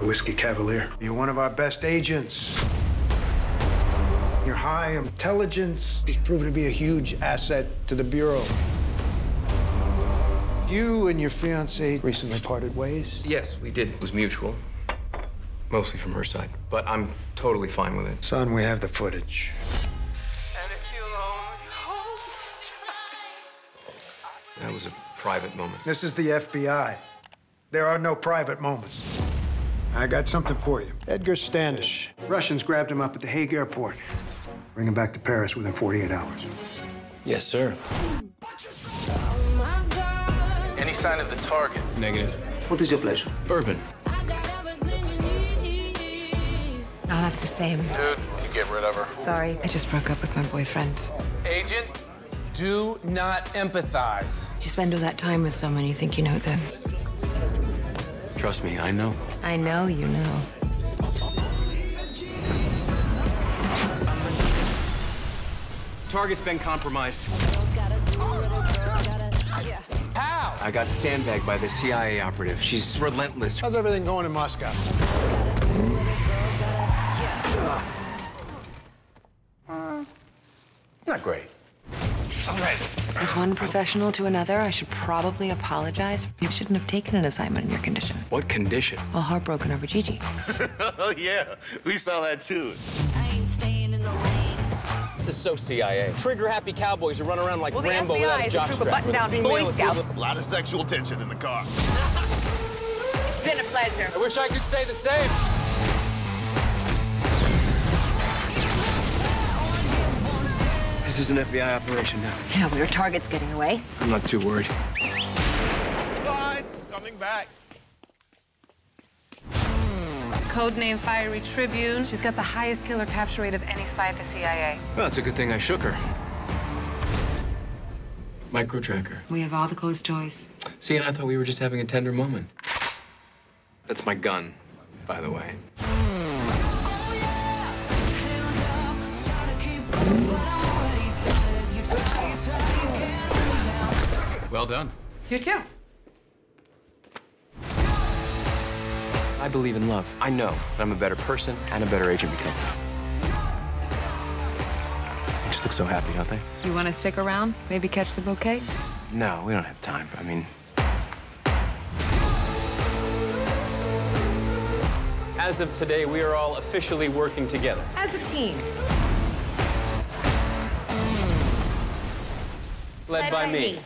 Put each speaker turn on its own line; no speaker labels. Whiskey Cavalier. You're one of our best agents. Your high intelligence has proven to be a huge asset to the Bureau. You and your fiance recently parted ways.
Yes, we did. It was mutual. Mostly from her side. But I'm totally fine with it.
Son, we have the footage.
That was a private moment.
This is the FBI. There are no private moments. I got something for you. Edgar Standish. Russians grabbed him up at the Hague airport. Bring him back to Paris within 48 hours.
Yes, sir.
Any sign of the target?
Negative.
What is your pleasure?
Bourbon.
I'll have the same.
Dude, you get rid of her.
Sorry. I just broke up with my boyfriend.
Agent, do not empathize.
You spend all that time with someone, you think you know them.
Trust me, I know.
I know you know.
Target's been compromised.
How?
I got sandbagged by the CIA operative. She's relentless.
How's everything going in Moscow?
Not great.
As one professional to another, I should probably apologize. You shouldn't have taken an assignment in your condition.
What condition?
Well, heartbroken over Gigi.
Oh, yeah. We saw that too.
This is so CIA. Trigger happy cowboys who run around like
Well, the
Rambo
FBI
without a
is a
jock
troop of
strap.
button-down
With a
Boy
female-
Scouts.
with a-
A lot of sexual tension in the car.
It's been a pleasure.
I wish I could say the same.
This is an FBI operation now.
Yeah, but your target's getting away.
I'm not too worried.
Fine. Coming back.
Codename Fiery Tribune. She's got the highest killer capture rate of any spy at the CIA.
Well, it's a good thing I shook her. Micro tracker.
We have all the closed toys.
See, and I thought we were just having a tender moment. That's my gun, by the way. Well done.
You too.
I believe in love. I know that I'm a better person and a better agent because of it. They just look so happy, don't they?
You want to stick around? Maybe catch the bouquet?
No, we don't have time. I mean,
As of today, we are all officially working together.
As a team.
Led, by, me.